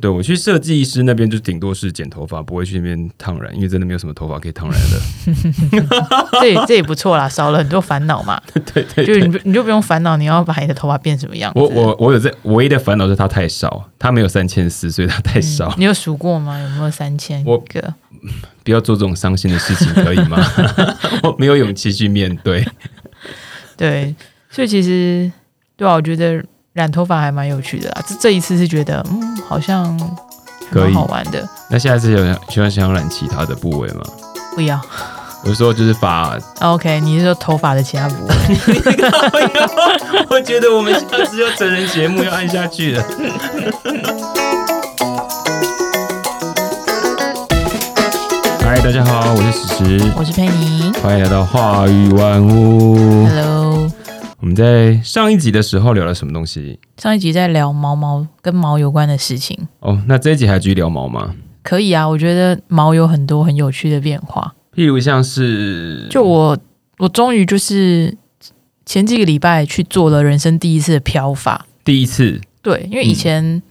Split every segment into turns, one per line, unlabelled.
对我去设计师那边就顶多是剪头发，不会去那边烫染，因为真的没有什么头发可以烫染 的。
这也这也不错啦，少了很多烦恼嘛。
对对
就
对，
你不你就不用烦恼你要把你的头发变什么样子。
我我我有在，唯一的烦恼是它太少，它没有三千四，所以它太少。
你有数过吗？有没有三千
我
个？
不要做这种伤心的事情，可以 吗？我没有勇气去面对。
对，所以其实对啊，我觉得染头发还蛮有趣的啦。这这一次是觉得嗯，好像还
可
蛮
以
好玩的。
那下次有喜欢想染其他的部位吗？
不要
我是说就是发，
，OK，你是说头发的其他部位？
我觉得我们下次要整人节目要按下去了。嗨，大家好，我是史实，
我是佩妮
欢迎来到话语万物。
，Hello。
我们在上一集的时候聊了什么东西？
上一集在聊毛毛跟毛有关的事情，
哦，那这一集还继续聊毛吗？
可以啊，我觉得毛有很多很有趣的变化。
譬如像是
就我，我终于就是前几个礼拜去做了人生第一次的漂发。
第一次，
对，因为以
嗯
前、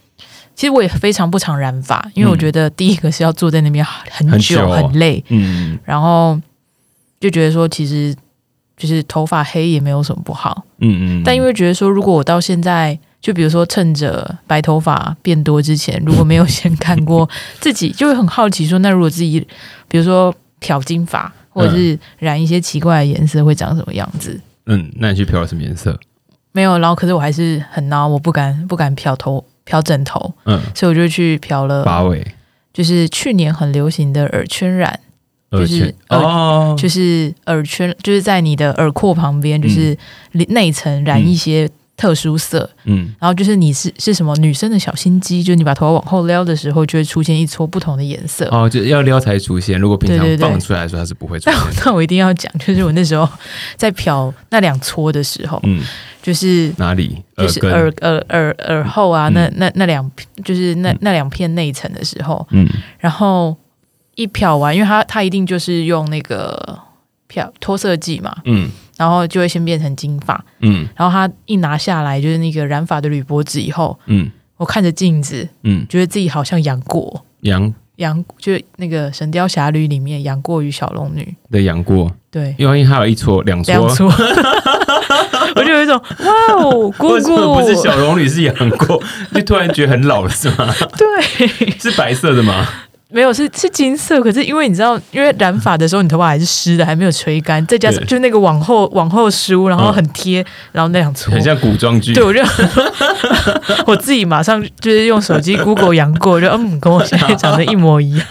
其实我也非常不常染发，因为我
嗯
觉得第一个是要坐在那边很
很
久
久哦
很累，
嗯
然后就觉得说其实就是头发黑也没有什么不好，
嗯嗯，
但因为觉得说如果我到现在。就比如说，趁着白头发变多之前，如果没有先看过自己，就会很好奇说，那如果自己，比如说漂金发，或者是染一些奇怪的颜色，会长什么样子？
嗯，那你去漂了什么颜色？
没有，然后可是我还是很孬，我不敢不敢漂头漂枕头，
嗯，
所以我就去漂了，
八尾
就是去年很流行的耳圈染，
耳
就是
圈哦，
就是耳圈，就是在你的耳廓旁边，就是里内层染一些特殊色，
嗯
然后就是你是是什么女生的小心机，就是你把头发往后撩的时候，就会出现一撮不同的颜色。
哦，就要撩才出现，如果平常
对对对
放出来的时候它是不会出
但
现
我
的。
但我一定要讲，就是我那时候在漂那两撮的时候，
嗯，
就是
哪里？
就
耳
是
根。
耳耳耳耳后啊，
嗯
那那那两就是那
嗯
那两片内层的时候，
嗯
然后一漂完，因为它它一定就是用那个漂脱色剂嘛，
嗯
然后就会先变成金发，
嗯
然后它一拿下来就是那个染发的铝箔纸以后，
嗯
我看着镜子，
嗯，
觉得自己好像杨过，
杨
杨就是那个《神雕侠侣》里面杨过与小龙女，
的杨过，
对。
因为它有一撮两撮，
两撮， 我就有一种哇哦，姑
为什
姑
么不是小龙女是杨过？就突然觉得很老了是吗？
对，
是白色的吗？
没有，是是金色，可是因为你知道，因为染发的时候，你头发还是湿的，还没有吹干，再加上
对嗯
就那个往后往后梳，然后很贴，然后那两撮，
很像古装剧
对。我就 我自己马上就是用手机 Google 杨过，就嗯，跟我现在长得一模一 样，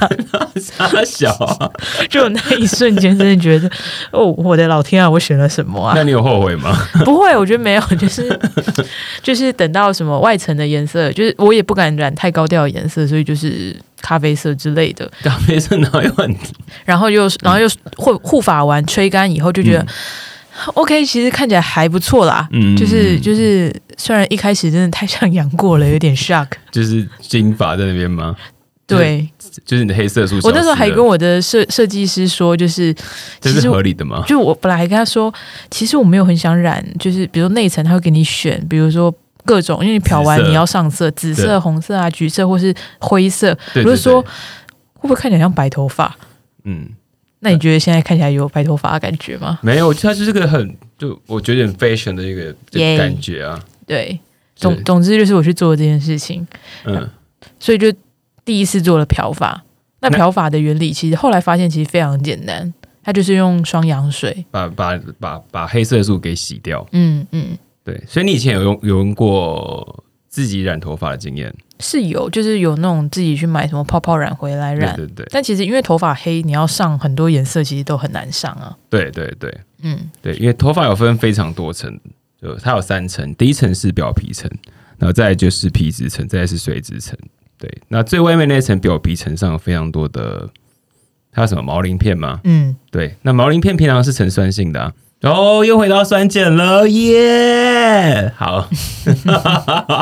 傻小啊，
就我那一瞬间真的觉得，哦，我的老天啊，我选了什么啊
那？你有后悔吗？
不会，我觉得没有，就是 就是等到什么外层的颜色，就是我也不敢染太高调的颜色，所以就是咖啡色之类的。
咖啡色哪有很
然后又然后
嗯
又护护发完吹干以后就觉得、OK，其实看起来还不错啦。
嗯，
就是就是是，虽然一开始真的太像杨过了，有点 shock。
就是金发在那边吗？
对
就是你的黑色素消失
我
了。
那时候还跟我的设设计师说，就是
这
其
是
实
合理的吗？
就我本来还跟他说，其实我没有很想染，就是比如内层他会给你选，比如说各种，因为你漂完
紫色
你要上色，紫
对
色、红色啊、橘色或是灰色，会
对
我
对
就说
对
不会看起来像白头发？
嗯，
那你觉得现在看起来有白头发的感觉吗？
没有，它就是个很就我觉得很 fashion 的一个这个
Yay
感觉啊。
对，
对
总总之就是我去做这件事情，
嗯，
所以就第一次做了漂发。那
那
漂发的原理其实后来发现其实非常简单，它就是用双氧水。
把把把把黑色素给洗掉。
嗯嗯，
对，所以你以前有用有用过自己染头发的经验？
是有，就是有那种自己去买什么泡泡染回来
对
染。
对对
但其实因为头发黑，你要上很多颜色，其实都很难上啊。
对对对
嗯，
对，因为头发有分非常多层，就它有三层，第一层是表皮层，然后再来就是皮质层，再来是水质层。对，那最外面那层表皮层上有非常多的，它有什么毛鳞片吗？
嗯，
对，那毛鳞片平常是呈酸性的、啊。哦，又回到酸碱了，耶！好，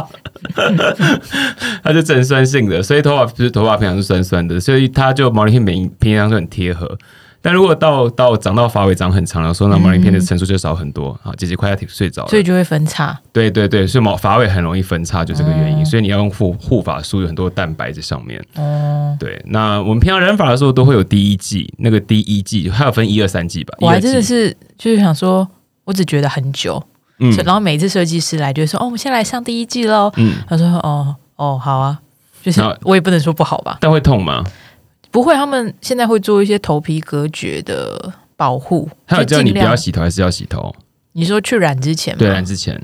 它就呈酸性的，所以头发就是头发平常是酸酸的，所以它就毛鳞片平平常是很贴合。但如果到到长到发尾长很长的时候，那毛鳞片的层数就少很多啊。姐姐快要睡着了，
所以就会分叉。
对对对，所以毛发尾很容易分叉，就这个原因。所以你要用护护发素，有很多蛋白在上面。
哦，
对，那我们平常染发的时候都会有第一季，那个第一季它有分一二三季吧？
我还
一二季
真的是就是想说，我只觉得很久，
嗯
所以然后每一次设计师来就会说：“哦，我们先来上第一季喽。
嗯，
他说：“哦哦，好啊。”就是
然后
我也不能说不好吧，
但会痛吗？
不会，他们现在会做一些头皮隔绝的保护，
他有
就
叫
尽
你不要
量。嗯
洗头，还是要洗头？
你说去染之前吗？
对，染之前，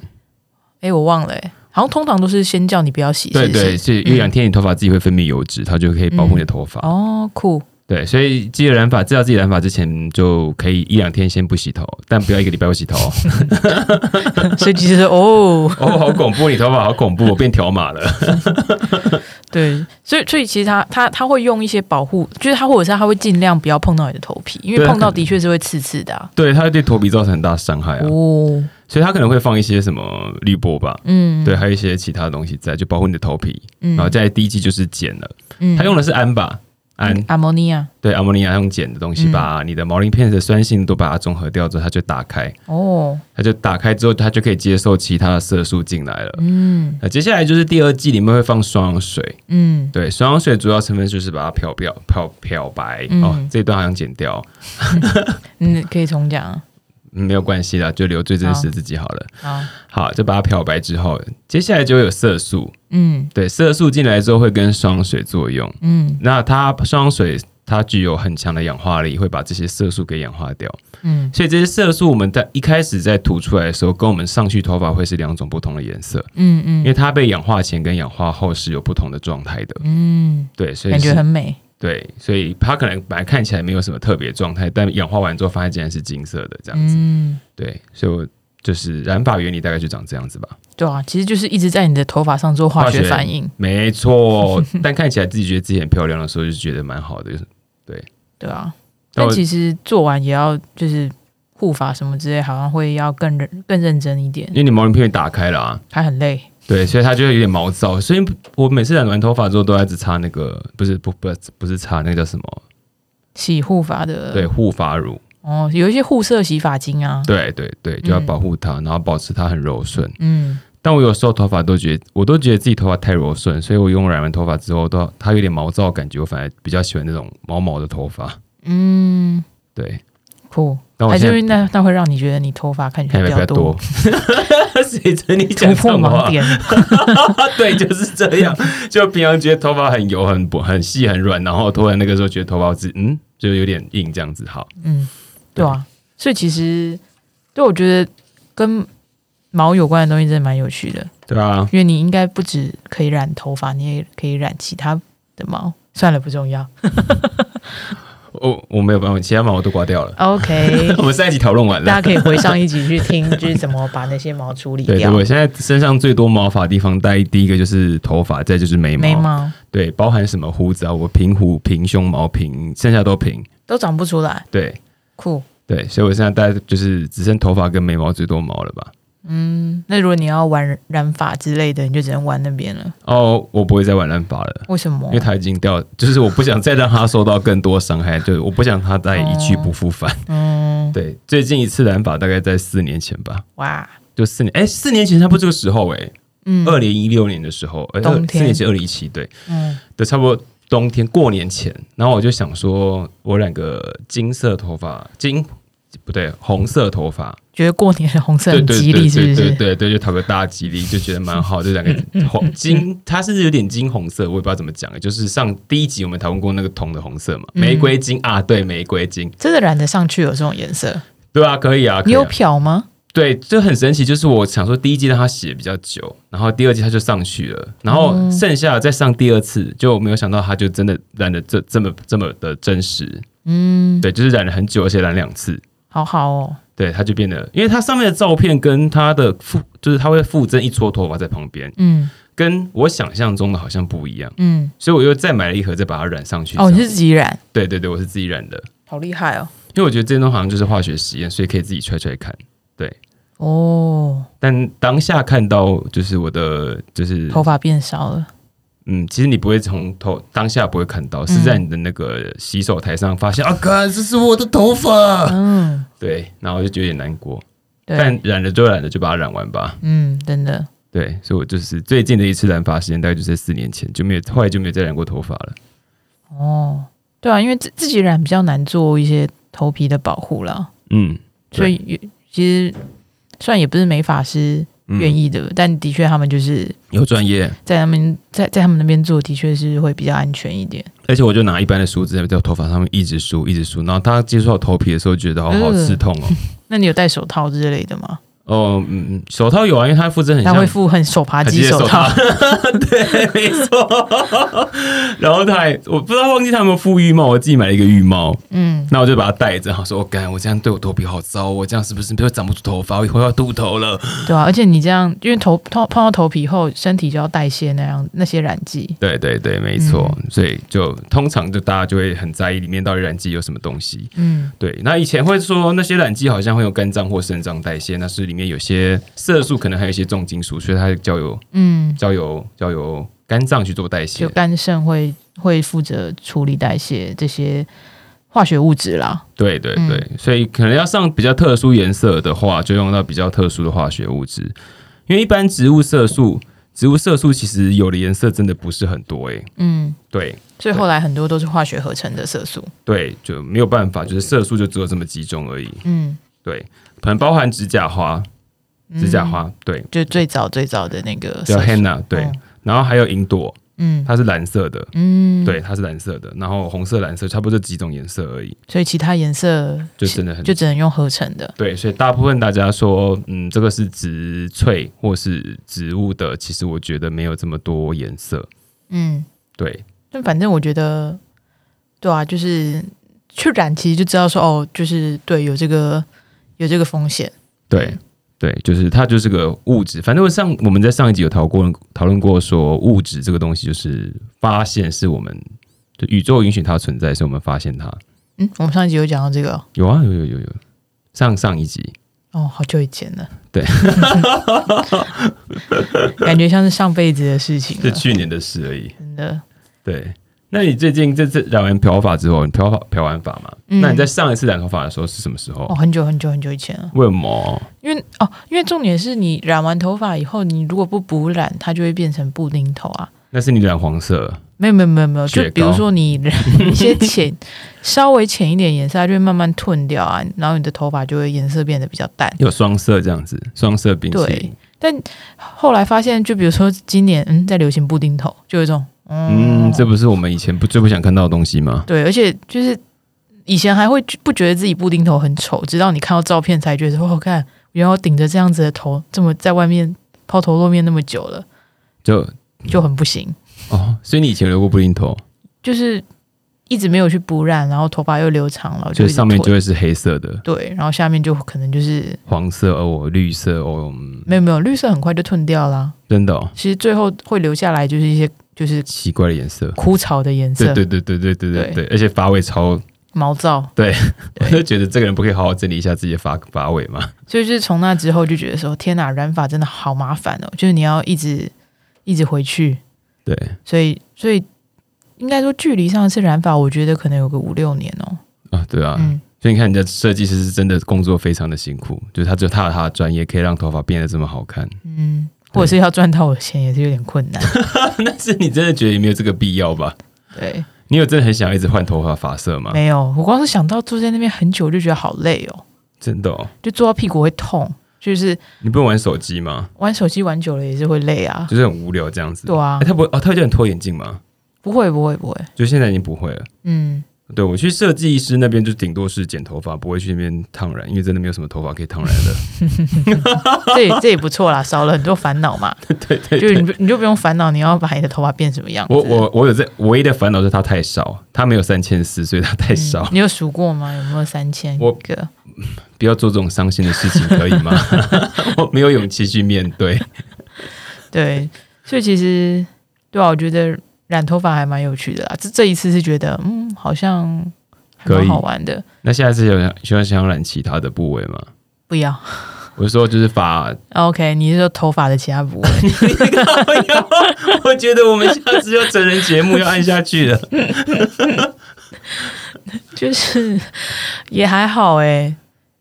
哎，我忘了，哎，好像通常都是先叫你不要洗，
对
是不是嗯
对，是因为两天你头发自己会分泌油脂，它就可以保护你的头发。
哦，酷，
对，所以记得染发，知道自己染发之前就可以一两天先不洗头，但不要一个礼拜不洗 头。
所以其实哦，
哦，好恐怖，你头发好恐怖，我变条码 了。
对，所以所以其实他他他会用一些保护，就是他或者是他会尽量不要碰到你的头皮，因为
对
碰到的确是会刺刺的、啊。
对，它会对头皮造成很大伤害啊，
哦，
所以它可能会放一些什么滤波吧，
嗯，
对，还有一些其他的东西在，就保护你的头皮。
嗯，
然后再来第一季就是碱了，
嗯
它用的是氨吧，氨
阿摩尼亚，
对，阿莫尼亚用碱的东西
嗯
把你的毛鳞片的酸性都把它中和掉之后，它就打开，
哦，
它就打开之后，它就可以接受其他的色素进来了。
嗯
那接下来就是第二季里面会放双氧水，
嗯，
对，双氧水主要成分就是把它漂漂漂漂白、
嗯
哦，这一段好像剪掉，
嗯，可以重讲啊
嗯没有关系啦，就留最真实的自己好了。
好，
好，就把它漂白之后，接下来就会有色素，
嗯
对，色素进来之后会跟双氧水作用，
嗯
那它双氧水它具有很强的氧化力，会把这些色素给氧化掉，
嗯
所以这些色素我们在一开始在涂出来的时候，跟我们上去头发会是两种不同的颜色，
嗯
因
嗯
为它被氧化前跟氧化后是有不同的状态的，
嗯，
对，所以
感觉
是
很美，
对，所以它可能本来看起来没有什么特别状态，但氧化完之后发现竟然是金色的这样子。
嗯，
对，所以我就是染发原理大概就长这样子吧。
对啊，其实就是一直在你的头发上做化
化
学
学
反应，
没 错，但看起来自己觉得自己很漂亮的时候，就觉得蛮好的。就是
对啊，
但
但
我
其实做完也要就是护发什么之类，好像会要更认更认真一点
因，为你毛鳞片被打开了啊，
还很累。
对，所以它就会有点毛躁。所以我每次染完头发之后，都要一直擦那个，不是不不不是擦那个叫什么？
洗护发的，
对，护发乳。
哦，有一些护色洗发精啊，
对对对，就要保护它，然后保持它很柔顺。
嗯，
但我有时候头发都觉得，我都觉得自己头发太柔顺，所以我用染完头发之后，都它有点毛躁的感觉，我反而比较喜欢那种毛毛的头发。
嗯，
对，
酷，
但我
还是
现
因
在
为那那会让你觉得你头发看起
看
来
起
比
来比较
较多
多，， 谁准你
突
讲
破
这种
盲
话？
点，
对，就是这 样。就平常觉得头发很油、很薄、很细、很软，然后突然那个时候觉得头发是嗯，就有点硬这样子。好，
嗯，对啊，所以其实对我觉得跟毛有关的东西真的蛮有趣的，
对啊，
因为你应该不止可以染头发，你也可以染其他的毛。算了，不重要。
我哦我没有办法，其他毛我都刮掉 了。
OK，
我们上一集讨论完
大家
了。
可以回上一集去听，就是怎么把那些毛处理
对对，
掉。
我现在身上最多毛发的地方，大概第一个就是头发，再就是眉毛。
眉毛
对，包含什么胡子啊，我平胡、平胸毛、平，剩下都平。
都长不出来，
对
酷。
对，所以我现在大概就是只剩头发跟眉毛最多毛了吧？
那如果你要玩染发之类的，你就只能玩那边了。
哦，我不会再玩染发了。
为什么
因为？它已经掉，就是我不想再让它受到更多伤害，就是我不想它再一去不复返。
嗯，
对，最近一次染发大概在四年前吧，
哇，
就四年，哎、四年前差不多这个时候、诶
嗯
哎，二零一六年的时候，哎、
冬
二
天
四年前二零一七，对，
嗯
对，差不多冬天过年前，然后我就想说，我染个金色头发，金不对，红色头发，
觉得过年的红色
对
很
对
吉
对
利，是
对
不
对
是？
对对，就讨个大吉利，就觉得蛮好。就两 个红金，它是有点金红色，我也不知道怎么讲，就是上第一集我们讨论过那个铜的红色嘛，玫瑰金啊，对，玫瑰金，
真的染得上去有这种颜色？
对啊，可以啊，可
你
以
有
啊。
漂吗？
对，就很神奇，就是我想说第一季让他写比较久，然后第二季他就上去了，然后剩下的再上第二次，就没有想到他就真的染的这这么这么的真实，
嗯，
对，就是染了很久，而且染两次。
好好哦，
对，他就变得，因为它上面的照片跟它的附，就是它会附赠一撮头发在旁边，
嗯
跟我想象中的好像不一样，
嗯，
所以我又再买了一盒，再把它染上去。
哦，你
这样
是自己染，
对对对，我是自己染的，
好厉害哦，
因为我觉得这些东西好像就是化学实验，所以可以自己揣揣看。
哦，
但当下看到就是我的就是
头发变少了，
嗯，其实你不会从头当下不会看到，
嗯
是在你的那个洗手台上发现、啊，哥，这是我的头发。
嗯，
对，然后我就觉得有点难过，
对，
但染了就染了，就把它染完吧。
嗯，真的，
对，所以我就是最近的一次染发时间大概就是四年前，就没有后来就没有再染过头发了。
哦，对啊，因为自自己染比较难做一些头皮的保护啦，
嗯，对
所以也其实虽然也不是美发师愿
意
意的，但的确他们就是
有专业，
在他们在在他们那边做，的确是会比较安全一点。
而且我就拿一般的梳子在我头发上面一直梳一直梳，然后它接触到头皮的时候觉得好好
嗯
刺痛哦。
那你有戴手套之类的吗？
哦，嗯，嗯手套有啊，因为它肤质很
他会
像
附很手扒鸡手套，
对，没错。然后他还，我不知道忘记他们附浴帽，我自己买了一个浴帽，
嗯，
那我就把它戴着，然后说：“我、哦干，我这样对我头皮好糟，我这样是不是就长不出头发？我以后要秃头了。
对啊，而且你这样，因为头碰碰到头皮后，身体就要代谢那样那些染剂”，
对对对，没错。
嗯
所以就通常就大家就会很在意里面到底染剂有什么东西。
嗯，
对，那以前会说那些染剂好像会有肝脏或肾脏代谢，那是里面有些色素，可能还有一些重金属，所以它交由
嗯，
交由交由肝脏去做代谢
就。肝肾会会负责处理代谢这些化学物质啦，
对对
嗯
对，所以可能要上比较特殊颜色的话，就用到比较特殊的化学物质，因为一般植物色素，植物色素其实有的颜色真的不是很多诶、欸
嗯，
对
所以后来很多都是化学合成的色素，
对，就没有办法，就是色素就只有这么几种而已。
嗯，
对，可能包含指甲花，
嗯
指甲花、对，
就最早最早的那个
叫
色素，
henna 对，啊
嗯
然后还有银朵，
嗯
它是蓝色的。
嗯，
对，，它是蓝色的，然后红色、蓝色，差不多这几种颜色而已，
所以其他颜色
就真的很
就只能用合成的，
对，所以大部分大家说，嗯，这个是植萃或是植物的，其实我觉得没有这么多颜色。
嗯，
对，
但反正我觉得，对啊，就是去染其实就知道说哦，就是对有这个有这个风险，
对，对，就是它就是个物质。反正我上我们在上一集有讨过讨论过说，物质这个东西就是发现是我们就宇宙允许它存在，所以我们发现它。
嗯，我们上一集有讲到这个哦
有啊，有有有有，上上一集
哦，好久以前了，
对，
感觉像是上辈子的事情
是
了，
去年的事而已。
真的。
对， 那你最近这次染完漂发之后，你漂发漂完发嘛？
嗯
那你在上一次染头发的时候是什么时候？
哦，很久很久很久以前了，
为什么？
因为哦，因为重点是你染完头发以后，你如果不补染，它就会变成布丁头啊。
那是你染黄色，
没有没有没有没有，就
雪糕
比如说你染一些浅、稍微浅一点颜色，它就会慢慢褪掉啊，然后你的头发就会颜色变得比较淡。
有双色这样子，双色冰淇淋
对。但后来发现，就比如说今年，嗯，在流行布丁头，就有一种，嗯，
嗯，这不是我们以前不最不想看到的东西吗？
对，而且就是以前还会不觉得自己布丁头很丑，直到你看到照片才觉得，哦，看，原来我顶着这样子的头，这么在外面抛头露面那么久了，
就
就很不行，
哦，所以你以前留过布丁头，
就是一直没有去补染，然后头发又留长了，
就
一
是
直
上面
退
就会是黑色的，
对，然后下面就可能就是
黄色哦，绿色哦，嗯
没有没有绿色很快就褪掉啦。
真的哦，
其实最后会留下来就是一些就是
奇怪的颜色。
枯草的颜
对
色，
对对对对对对
对
对，而且发尾超，
毛躁。
我就觉得这个人不可以好好整理一下自己的发发尾吗？
所以就是从那之后就觉得说，天哪，染发真的好麻烦哦，就是你要一直一直回去，
对，
所以所以应该说距离上一次染发，我觉得可能有个五六年哦。
啊，对啊，
嗯，
所以你看，人家设计师是真的工作非常的辛苦，就是他只有他有他的专业，可以让头发变得这么好看。
或者是要赚到我的钱也是有点困难。
但是你真的觉得没有这个必要吧？
对，
你有真的很想要一直换头发发色吗？
没有，我光是想到坐在那边很久就觉得好累哦，
真的、哦，
就坐到屁股会痛，就是
你不用玩手机吗？
玩手机玩久了也是会累啊。
就是很无聊这样子。
对啊
哎，他不会哦，他会叫你脱眼镜吗？
不会不会不会，
就现在已经不会了。
嗯，
对我去设计师那边，就顶多是剪头发，不会去那边烫染，因为真的没有什么头发可以烫染的。
这也这也不错啦，少了很多烦恼嘛。
对对
就
对，
是你不你就不用烦恼你要把你的头发变什么样子。嗯
我我我有在，我唯一的烦恼是它太少，它没有三千四，所以它太少。
你有数过吗？有没有三千
我
个？
不要做这种伤心的事情，可以吗？我没有勇气去面对。
对，所以其实对啊，我觉得染头发还蛮有趣的啦。这这一次是觉得嗯，好像还
可
蛮
以
好玩的。
那下一次有想想想染其他的部位吗？
不要，
我是说就是发，
OK，你是说头发的其他部位？
我觉得我们下次要整人节目要按下去了。
就是也还好哎、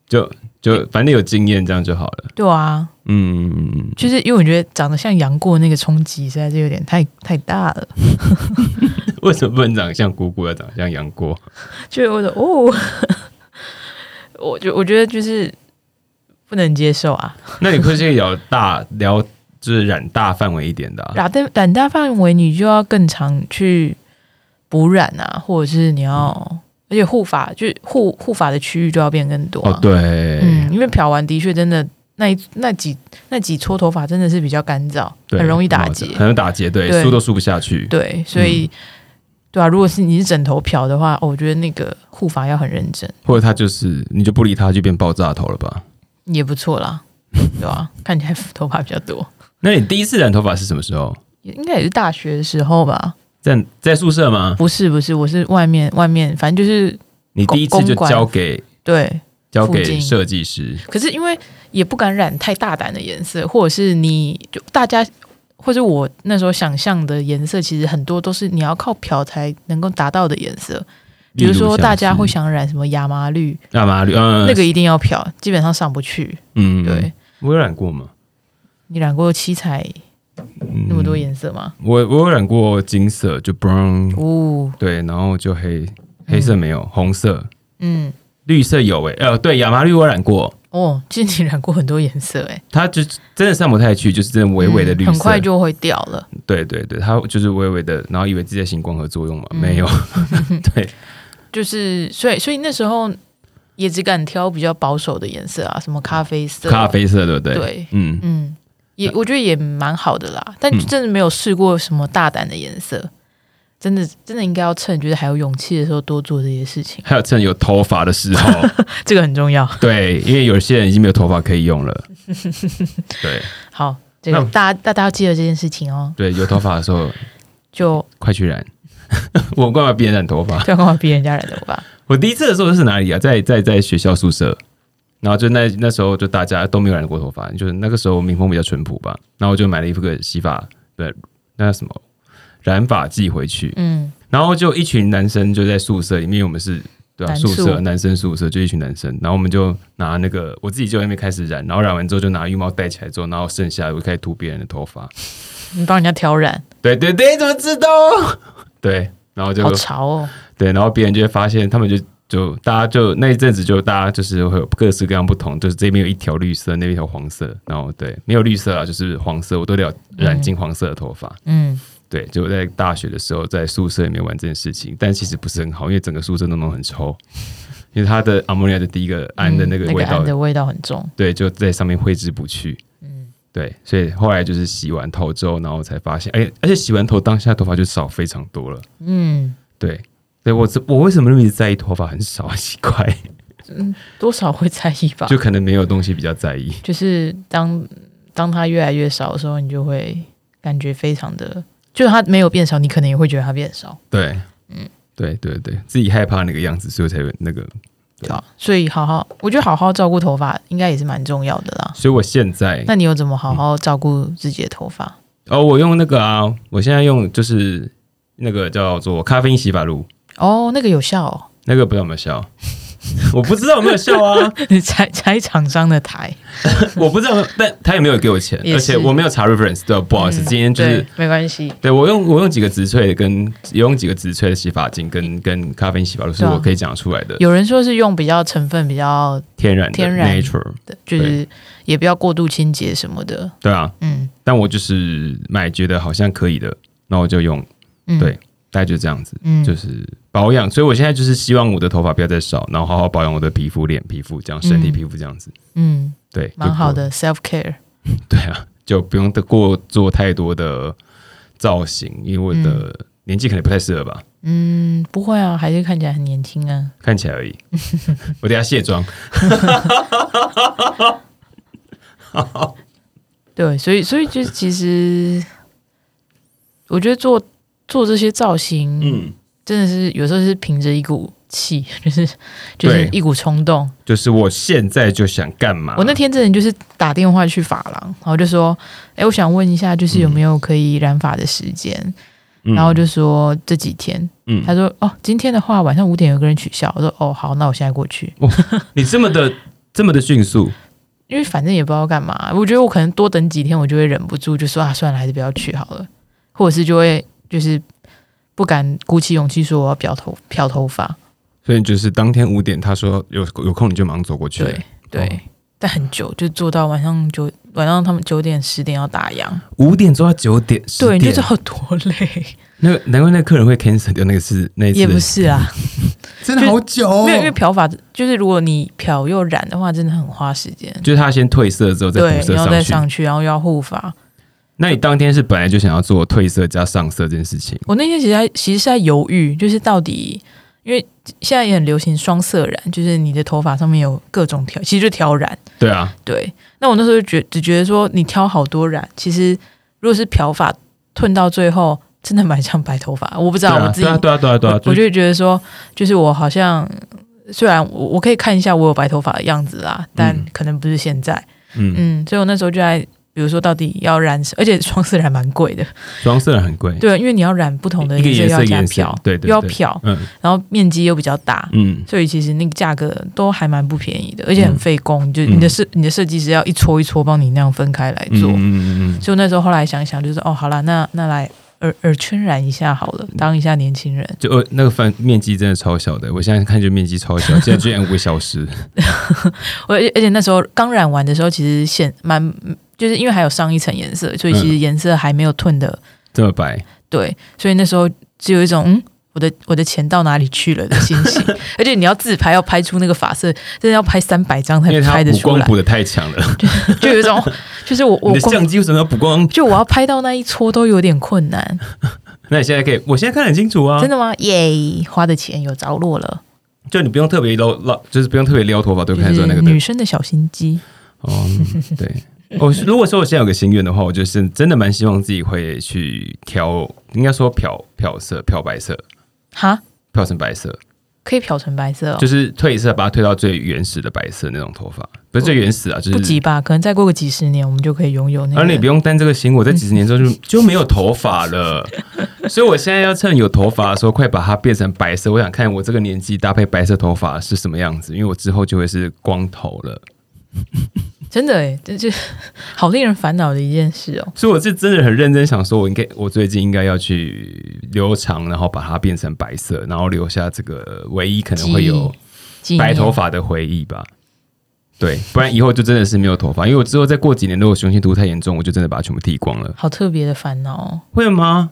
就就反正有经验，这样就好了。
对啊，
嗯嗯，嗯
就是因为我觉得长得像杨过那个冲击实在是有点太太大了，
嗯 为什么不能长得像姑姑，要长得像杨过？
就是我的哦， 我就我觉得就是不能接受啊，
那你不是聊大聊就是染大范围一点的、啊？
染的染大范围你就要更常去补染啊，或者是你要，
嗯
而且护发就是护护发的区域就要变更多、啊。
哦，对，
嗯，因为漂完的确真的那一那几那几撮头发真的是比较干燥，
对
很容易打
好嗯
结。
很容易打结，对，
对
梳都梳不下去。
对，所以、对啊，如果是你是枕头漂的话、哦我觉得那个护发要很认真，
或者他就是你就不理他，就变爆炸头了吧？
也不 错啦，对啊？看起来头发比较多，
那你第一次染头发是什么时候？
也应该也是大学的时候吧？
在在宿舍吗？
不是不是，我是外面外面，反正就是
你第一次就
公馆
交给
对。
交
附
给
近
设计师，
可是因为也不敢染太大胆的颜色，或者是你就大家。或者我那时候想象的颜色，其实很多都是你要靠漂才能够达到的颜色。比如
例
说，
像
大家
是
会想染什么亚麻绿，
亚麻绿，嗯，
那个一定要漂，基本上上不去。
嗯，
对，，
我有染过吗？
你染过七彩
嗯
那么多颜色吗？
我我有染过金色，就 brown，
哦，
对，然后就黑黑色没有，红色、
嗯，
绿色有诶、呃，对，亚麻绿我染过，
哦，其实你染过很多颜色哎，
它就真的上不太去，就是真的微微的绿色，
嗯很快就会掉了。
对对对，它就是微微的，然后以为自己在行光合作用嘛，
嗯
没 有，对，
就是所以所以那时候也只敢挑比较保守的颜色啊，什么咖啡色、
咖，啡色对不对？
对
嗯，
嗯，也我觉得也蛮好的啦，但
嗯
真的没有试过什么大胆的颜色。真的，真的应该要趁觉得还有勇气的时候多做这些事情，
还有趁有头发的时候，
这个很重要。
对，因为有些人已经没有头发可以用 了，对
好，这个
那
大家大家要记得这件事情哦。
对，有头发的时候
就
快去染。 我干嘛别人染头发？
不要跟我逼人家染头发。
我第一次的时候是哪里啊？在在在学校宿舍，然后就那那时候就大家都没有染过头发，就是那个时候民风比较淳朴吧。然后我就买了一副个洗发，对，那什么染发剂回去，
嗯，
然后就一群男生就在宿舍里面，我们是对啊，
男
宿
宿
舍男生宿舍就一群男生，然后我们就拿那个我自己就在那边开始染，然后染完之后就拿浴帽戴起来之后，然后剩下的我就开始涂别人的头发，
你帮人家挑染，
对对对，怎么知道？对，然后就
好潮哦。
对，然后别人就会发现，他们就就大家就那一阵子就大家就是会有各式各样不同，就是这边有一条绿色，那边有黄色，然后对，没有绿色啊，就是黄色，我都得染金黄色的头发。
嗯，
对，就我在大学的时候在宿舍里面玩这件事情，但其实不是很好，因为整个宿舍都弄得很臭，因为它的阿莫尼亚的第一个氨的那个
嗯
味
那
道，
氨的味道很重。
对，就在上面挥之不去。
嗯，
对，所以后来就是洗完头之后，然后才发现，哎，而且洗完头当下头发就少非常多了。
嗯，
对，对我这我为什么那么一直在意头发很少？ 奇怪，
多少会在意 吧。
就
就
可能没有东西比较在意。
是当当它越来越少的时候，你就会感觉非常的，就是它没有变少，你可能也会觉得它变少，
对，嗯，对对对，自己害怕那个样子，所以才有那个。
对吧？所以好好，我觉得好好照顾头发应该也是蛮重要的啦。
所以我现在
那你有怎么好好照顾自己的头发？
哦，我用那个啊，我现在用就是那个叫做咖啡因洗发露，
哦，那个有效哦，
那个不知道有没有效。 我不知道有没有效啊，
你拆拆厂商的台，
我不知道，但他也没有给我钱，
也
而
是
且我没有查 reference，对，不好意思，
嗯
今天就是
对，没关系，
对我用我用几个植萃跟也用几个植萃的洗发精跟跟咖啡因洗发露是
对啊
我可以讲得出来的
有人说是用比较成分比较
天然的
天然
nature，
的，就是也不要过度清洁什么的，
对啊，
嗯
但我就是买觉得好像可以的，那我就用，
嗯，
对大概就这样子，
嗯，
就是保养。所以我现在就是希望我的头发不要再少，然后好好保养我的皮肤、脸皮肤，这样身体
嗯
皮肤这样子，
嗯，
对，
蛮好的 self care。
就 不，对啊，就不用得过做太多的造型，因为我的年纪可能不太适合吧，
嗯，不会啊，还是看起来很年轻啊。
看起来 而已。我等一下卸妆，
对，所以所以就其实，我觉得做做这些造型，
嗯，
真的是有时候是凭着一股气， 就是就是
对啊
一股冲动。
就是我现在就想干嘛？
我那天真的就是打电话去发廊，然后就说：“哎、我想问一下，就是有没有可以染发的时间？”
嗯，
然后就说这几天，
嗯，
他说：“哦，今天的话晚上五点有个人取消。”我说：“哦，好，那我现在过去，
你这么的这么的迅速，
因为反正也不知道干嘛。我觉得我可能多等几天，我就会忍不住就说啊，算了，还是不要去好了，或者是就会就是不敢鼓起勇气说我要漂头漂头发。
所以就是当天五点，他说有有空你就马上走过去。
对，对，
哦
但很久就做到晚上九晚上他们九点十点要打烊，
五点做到九点，
对，
10
你就
点
知道多累。
那个难怪那个客人会 cancel 掉那个是那一次
也不是啊，
真的好久、哦
没有因为漂发就是如果你漂又染的话，真的很花时间。
就是他先褪色之后再
对
补，色
然后再
上去。
上去，然后又要护发。
那你当天是本来就想要做褪色加上色这件事情，
我那天其实在其实是在犹豫，就是到底，因为现在也很流行双色染，就是你的头发上面有各种条，其实就挑染。
对啊，
对，那我那时候就觉只觉得说，你挑好多染，其实如果是漂发褪到最后，真的蛮像白头发。我不知
对
道、
啊，
我自己，
对啊，对啊，对啊，对啊，
我
就
我就会觉得说，就是我好像虽然我我可以看一下我有白头发的样子啦，但
嗯
可能不是现在。
嗯，
嗯，所以我那时候就在。比如说，到底要染什，而且双色染蛮贵的，
双色很贵，
对，因为你要染不同的
一个
颜色，
颜色
又要
一个
加
颜
漂
色，，对对，
又要
对，
漂，
嗯
然后面积又比较大，
嗯，
所以其实那个价格都还蛮不便宜的，而且很费工，就你的设你的设计师要一撮一撮帮你那样分开来
嗯
做。
嗯嗯嗯
所以那时候后来想一想，就是哦，好啦，那那来耳耳圈染一下好了，
嗯
当一下年轻人。
就呃那个范面积真的超小的，我现在看就面积超 小，现在居然五个小时，
我而且而且那时候刚染完的时候，其实显蛮就是因为还有上一层颜色，所以其实
嗯
颜色还没有褪的
这么白，
对，所以那时候只有一种嗯，我的我的钱到哪里去了的心 情。而且你要自拍，要拍出那个发色，真的要拍三百张才
因为它
拍得
补
出
光
来，
补的太强了，
就有 一种就是我
你
我
的
光
相机为什么要补光？
就我要拍到那一撮都有点困难，
那你现在可以，我现在看得很清楚啊，
真的吗？耶，花的钱有着落了，
就你不用特别撩撩，就是不用特别撩头发，都
就
看得出
是
来那个
女生的小心机。
哦，嗯对。我是如果说我现在有个心愿的话，我就是真的蛮希望自己会去挑，应该说漂漂色、漂白色、
哈，
漂成白色，
可以漂成白色、哦
就。是褪色，把它褪到最原始的白色那种头发，不是最原始啊，就
不急
是。
吧，可能再过个几十年，我们就可以拥有那
而你不
个。
用担这个心，我在几十年之后 就就没有头发了，所以我现在要趁有头发的时候，快把它变成白色。我想看我这个年纪搭配白色头发是什么样子，因为我之后就会是光头了。
真的哎，这这好令人烦恼的一件事哦。
所以我是真的很认真想说，我应该我最近应该要去留长，然后把它变成白色，然后留下这个唯一可能会有
纪念
白头发的回忆吧。对，不然以后就真的是没有头发，因为我之后再过几年，如果雄性秃太严重，我就真的把它全部剃光了。
好特别的烦恼哦。
会吗？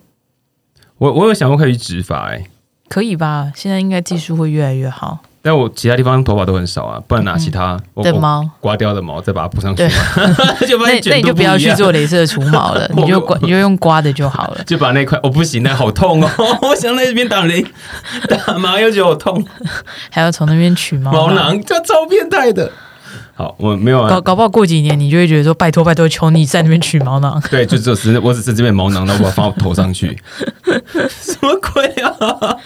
我我有想过可以去植发、欸，
可以吧？现在应该技术会越来越好。
但我其他地方头发都很少啊，不然拿其他、我
嗯的
我
毛，
刮掉的毛再把它补上去
对
嘛， 就发现
那那
卷啊
你
度
就
不
不
一
要
样，
去做镭射除毛 了你就刮，你就用刮的就好了。
就把那块我、哦、不行，那好痛哦！ 我想在这边打雷打麻又觉得好痛，
还要从那边取毛
毛，囊这超变态的。啊好，我没有
搞
啊，
搞不好过几年你就会觉得说，拜托拜托，求你在那边取毛囊。
对，就只有 是我只是这边毛囊，然后把它放我头上去， 什么鬼啊？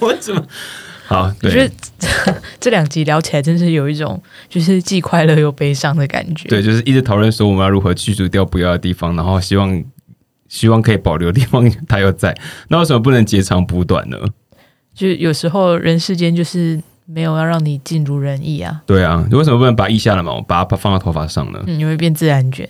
我怎么好？
我觉
对
得 这两集聊起来，真是有一种就是既快乐又悲伤的感觉。
对，就是一直讨论说我们要如何去除掉不要的地方，然后希望希望可以保留的地方它又在，那为什么不能截长补短呢？
就有时候人世间就是没有要让你尽如人意啊，
对啊，为什么不能把腋下的毛把它放到头发上呢？
嗯，你会变自然卷，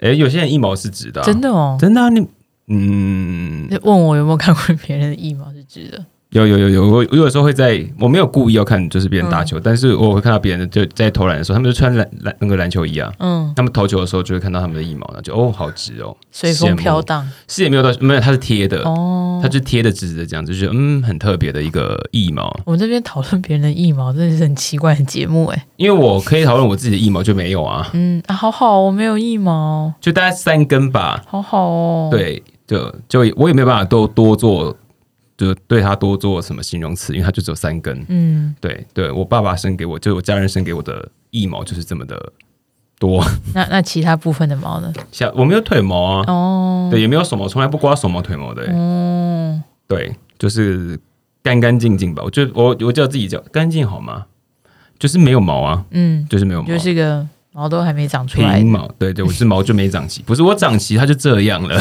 诶，有些人腋毛是直的、啊，
真的哦。
真的、啊，你嗯，
问我有没有看过别人的腋毛是直的？
有有有有，我我有时候会在我没有故意要看就是别人打
嗯
球，但是我会看到别人就在投篮的时候，他们就穿篮篮那个篮球衣啊，
嗯，
他们投球的时候就会看到他们的腋毛，然后就哦好直哦，
随风
羡慕
飘荡
是也没有到没有，它是贴的，
哦。
它就贴的直直的这样子，就是嗯很特别的一个腋毛，
我们这边讨论别人的腋毛，真的是很奇怪的节目哎、
因为我可以讨论我自己的腋毛就没有啊，
嗯、啊，好好，我没有腋毛，
就大概三根吧，
好好哦。，
对，就就我也没有办法多多做，就对它多做什么形容词，因为它就只有三根，
嗯，
对对，我爸爸生给我，就是我家人生给我的腋毛就是这么的多。
那那其他部分的毛呢？
像我没有腿毛啊，
哦，嗯
对，也没有手毛，从来不刮手毛、腿毛的、欸
哦，
对，就是干干净净吧。我就我我叫自己叫干净好吗？就是没有毛啊，
嗯，
就是没有毛，
就是个毛都还没长出来
平，毛。对对，我是毛就没长齐，不是我长齐它就这样了。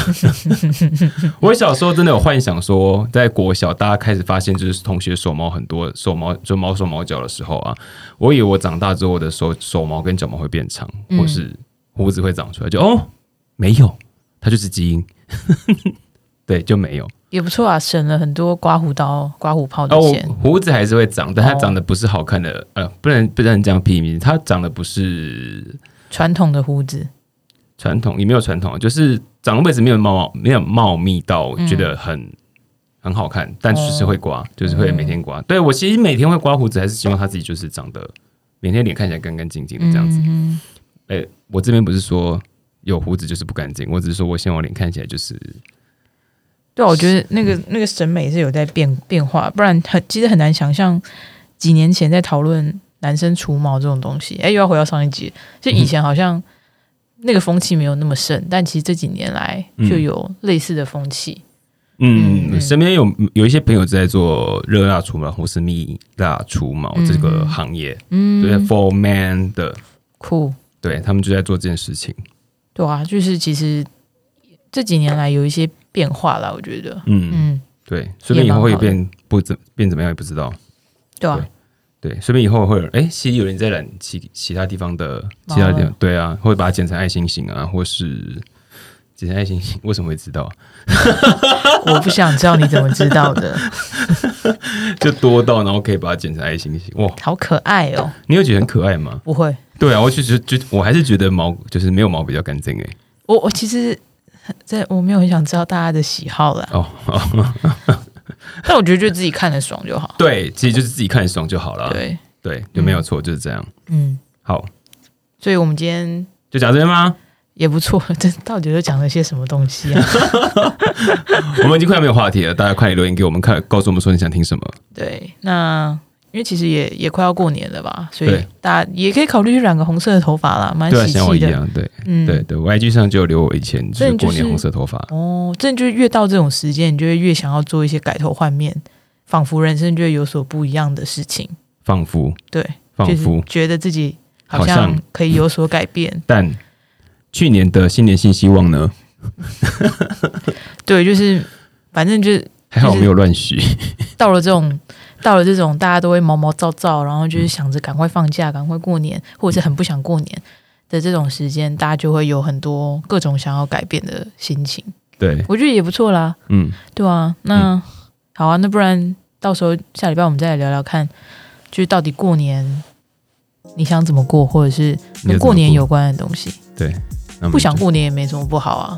我小时候真的有幻想说，在国小大家开始发现就是同学手毛很多，手毛就毛手毛脚的时候啊，我以为我长大之后我的手手毛跟脚毛会变长，
嗯
或是胡子会长出来，就哦没有，它就是基因。 对，就没有。
也不错啊，省了很多刮胡刀、刮胡泡的
哦，
钱。
胡子还是会长，但它
哦
长得不是好看的，呃，不能不能这样批评，它长得不是
传统的胡子，
传统也没有传统，就是长的位置没有茂没有茂密到
嗯
觉得很、很好看，但就是
哦嗯
会刮，就是会每天刮。对我其实每天会刮胡子，还是希望他自己就是长得每天脸看起来干干净净的这样子。
嗯，
哎、我这边不是说有胡子就是不干净，我只是说我希望我脸看起来就是
对啊，我觉得那个那个审美是有在变变化，不然很其实很难想象几年前在讨论男生除毛这种东西。哎，又要回到上一集，就以前好像那个风气没有那么盛，但其实这几年来
嗯
就有类似的风气。
嗯，
嗯嗯
身边有有一些朋友在做热辣除毛或是蜜蜡除毛这个
嗯
行业，对、
嗯，
for man 的，
酷，
对他们就在做这件事情。
对啊，就是其实这几年来有一些变化啦，我觉得，
嗯
嗯，
对，说不定以后会
也蛮好的
变不怎变怎么样也不知道。
对啊
对，对，说不定以后会有，哎、其实有人在染其其他地方的其他地
毛
方，对啊，会把它剪成爱心型啊，或是剪成爱心型，为什么会知道？
我不想知道你怎么知道的，
就多到然后可以把它剪成爱心型，哇，
好可爱哦，
你会觉得很可爱吗？
不会。
对啊，我就觉得就我还是觉得毛就是没有毛比较干净哎。
我我其实在我没有很想知道大家的喜好啦，
哦哦，
但我觉得就自己看得爽就好。
对，其实就是自己看爽就好了。
对，
对，就没有错，就是这样。
嗯，
好，
所以我们今天
就讲这边吗？
也不错， 这到底都讲了些什么东西啊？
我们已经快没有话题了，大家快点留言给我们看，告诉我们说你想听什么。
对，那因为其实也也快要过年了吧，所以
对
大家也可以考虑去染个红色的头发啦，蛮
对啊，
喜
像我
气
一
的。
样，对。
嗯，
对。对，我 IG 上就有留我以前就
那
是
你就
过年
是
红色头发，
哦，真的就是越到这种时间，你就会越想要做一些改头换面，仿佛人生就会有所不一样的事情。
仿佛
对，
仿
就是
佛，
觉得自己好
好像
像可以有所改变。
但去年的新年新希望呢，
对，就是反正就是
还好我没有乱许，
到了这种，到了这种，大家都会毛毛躁躁，然后就是想着赶快放假，赶快过年，或者是很不想过年的这种时间，大家就会有很多各种想要改变的心情。
对，
我觉得也不错啦，
嗯，
对啊，那、好啊，那不然到时候下礼拜我们再来聊聊看，就是到底过年你想怎么过，或者是
你
跟
要
过年
怎么
有关的东西。
那我们
不想
就
过年也没什么不好啊，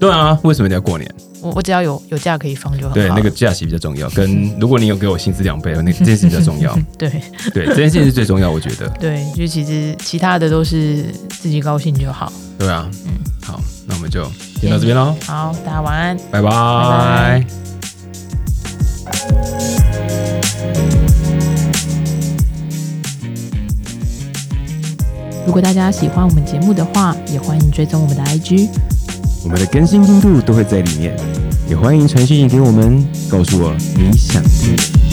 对啊，为什么一定要过年？
我我只要有有假可以放就很好。
对，那个假期比较重要， 跟如果你有给我薪资两倍，那这件事比较重要，
对。
对，这件事是最重要，我觉得，
对，就其实其他的都是自己高兴就好。
对啊，
嗯
好，那我们就先到这边喽，
好，大家晚安。
拜拜
嗯拜。如果大家喜欢我们节目的话，也欢迎追踪我们的 IG。
我们的更新进度都会在里面，也欢迎传讯息给我们，告诉我你想听的。